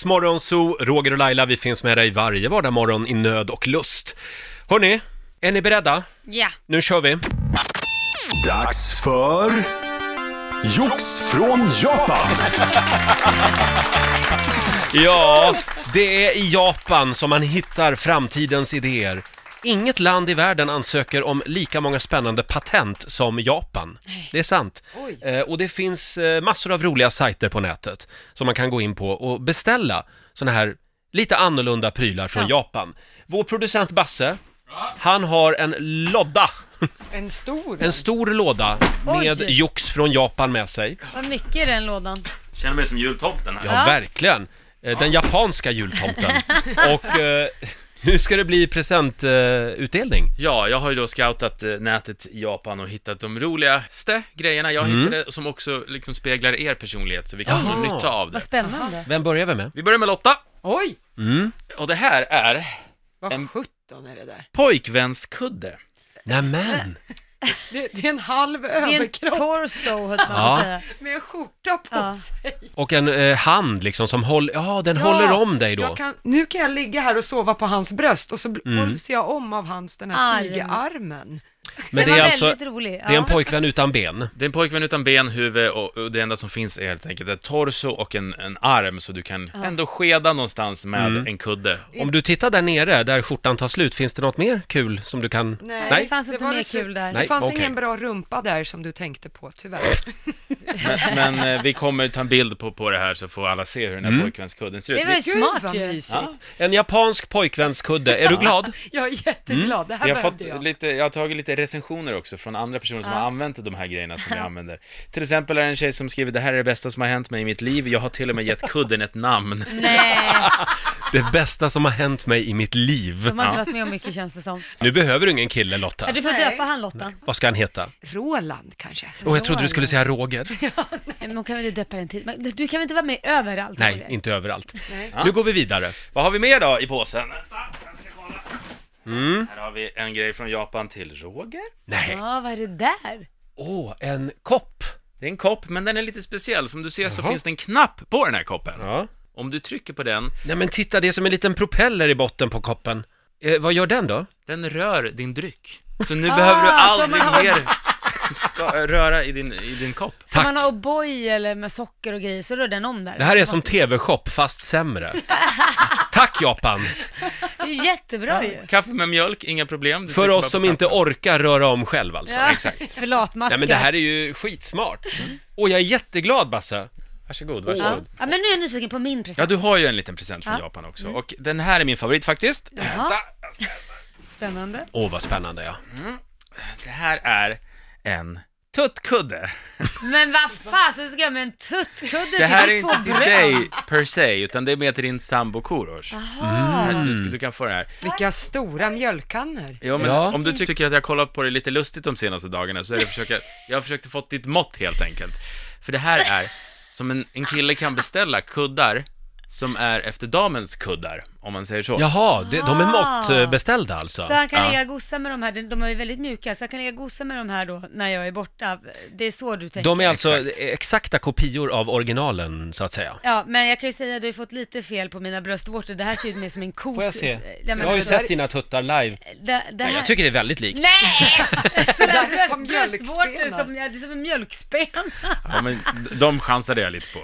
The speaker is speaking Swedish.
Riksmorgonzoo, Roger och Laila, vi finns med dig varje vardagsmorgon i nöd och lust. Hörni, är ni beredda? Ja. Nu kör vi! Dags för Jox från Japan. Ja, det är i Japan som man hittar framtidens idéer. Inget land i världen ansöker om lika många spännande patent som Japan. Det är sant. Eh, och det finns eh, massor av roliga sajter på nätet som man kan gå in på och beställa såna här lite annorlunda prylar från Japan. Vår producent Basse, han har en lodda, En stor. en stor låda med Oj. jox från Japan med sig. Vad mycket i den lådan. Känner mig som jultomten här. Ja, Ja. verkligen. Eh, Den japanska jultomten. Och eh, nu ska det bli presentutdelning. Ja, jag har ju då scoutat eh, nätet i Japan och hittat de roligaste grejerna jag hittade som också liksom speglar er personlighet så vi kan Jaha. få nytta av Vad det. spännande. Vem börjar vi med? Vi börjar med Lotta Oj! och det här är Vad En- sjutton är det där? pojkvänskudde. Nämen! Det, det är en halv Det är en överkropp torso, höll man Ja. på att säga. med en skjorta på Ja. sig. Och en eh, hand liksom som håller, ja den håller om dig då. Mm. Jag kan, nu kan jag ligga här och sova på hans bröst och så bl- hålls jag om av hans, den här Arm. tigerarmen. Men Den det är var alltså, väldigt rolig. det är en Ja. pojkvän utan ben. Det är en pojkvän utan ben, huvud och, och det enda som finns är helt enkelt ett torso och en, en arm så du kan ändå skeda någonstans med en kudde. Om du tittar där nere, där skjortan tar slut, finns det något mer kul som du kan... Nej, det fanns inte var mer det slut. kul där. Nej, Det fanns okej. Mm. ingen bra rumpa där som du tänkte på, tyvärr. Men, men eh, vi kommer ta en bild på, på det här så får alla se hur den här pojkvänskudden ser ut. Det var ju Gud smart vad ju. mysigt. En japansk pojkvänskudde, är du glad? Jag är jätteglad, det här Jag har, behövde fått jag. lite, jag har tagit lite recensioner också från andra personer som har använt de här grejerna som vi använder. Till exempel är det en tjej som skriver det här är det bästa som har hänt mig i mitt liv, jag har till och med gett kudden ett namn. Nej, Det bästa som har hänt mig i mitt liv. de har inte varit med om mycket känns det som. Nu behöver du ingen kille Lotta. Ja, du får Nej. döpa han Lotta. Vad ska han heta? Roland kanske? Åh, jag trodde du skulle säga Roger. Men hon kan väl inte döpa den till. Men du kan väl inte vara med överallt? Nej, Roger? inte överallt. Nej. Nu går vi vidare. Vad har vi mer då i påsen? Mm. Vänta, jag ska kolla. Här har vi en grej från Japan till Roger. Nej. Ja, vad är det där? Åh, en kopp! Det är en kopp, men den är lite speciell. Som du ser så Jaha. finns det en knapp på den här koppen. Ja. Om du trycker på den, Nej men titta, det är som en liten propeller i botten på koppen. Eh, vad gör den då? den rör din dryck. Ah, Så nu behöver du som aldrig man- mer ska röra i din, i din kopp. Som Tack. man har O'boy eller med socker och grejer så rör den om där. Det här är som TV-shop, fast sämre. Tack Japan! Det är jättebra ju. Kaffe med mjölk, inga problem. Du För trycker bara oss på som knappen. inte orkar röra om själv alltså. Ja, Mm. exakt. För latmaskar. Nej men det här är ju skitsmart. Och jag är jätteglad Basse. Varsågod, Ja. varsågod. ja, men nu är jag nyfiken på min Ja, present. du har ju en liten present från Ja. Japan också. Och den här är min favorit faktiskt. Jaha. Vänta. Spännande. Åh vad spännande ja. Det här är en tuttkudde. Men vad fasen ska jag med en tuttkudde Det här är två inte till bröd? dig per se, utan det är mer till din sambo Korosh. Mm. Jaha. Du, ska- du kan få den här. Vilka stora mjölkkannor. Ja, men Ja. Om du tycker att jag har kollat på dig lite lustigt de senaste dagarna så är det försöka, jag har försökt få ditt mått helt enkelt. För det här är som en, en kille kan beställa kuddar som är efter damens kuddar, om man säger så. Jaha, de, de är Ah. måttbeställda alltså. Så han kan Ja. ligga och gossa med de här, de de är ju väldigt mjuka, så jag kan ligga och gossa med de här då när jag är borta. Det är så du tänker? De är alltså Exakt. exakta kopior av originalen så att säga. Ja, men jag kan ju säga att du har fått lite fel på mina bröstvårtor. Det här ser ut mer som en kos. Ja, men, alltså, dina tuttar live. Det, det här... Jag tycker det är väldigt likt. Nej! Sådana Där bröst, kom bröstvårtor mjölkspenar. som, ja, det är som en mjölkspen. Ja, men d- de chansade jag lite på.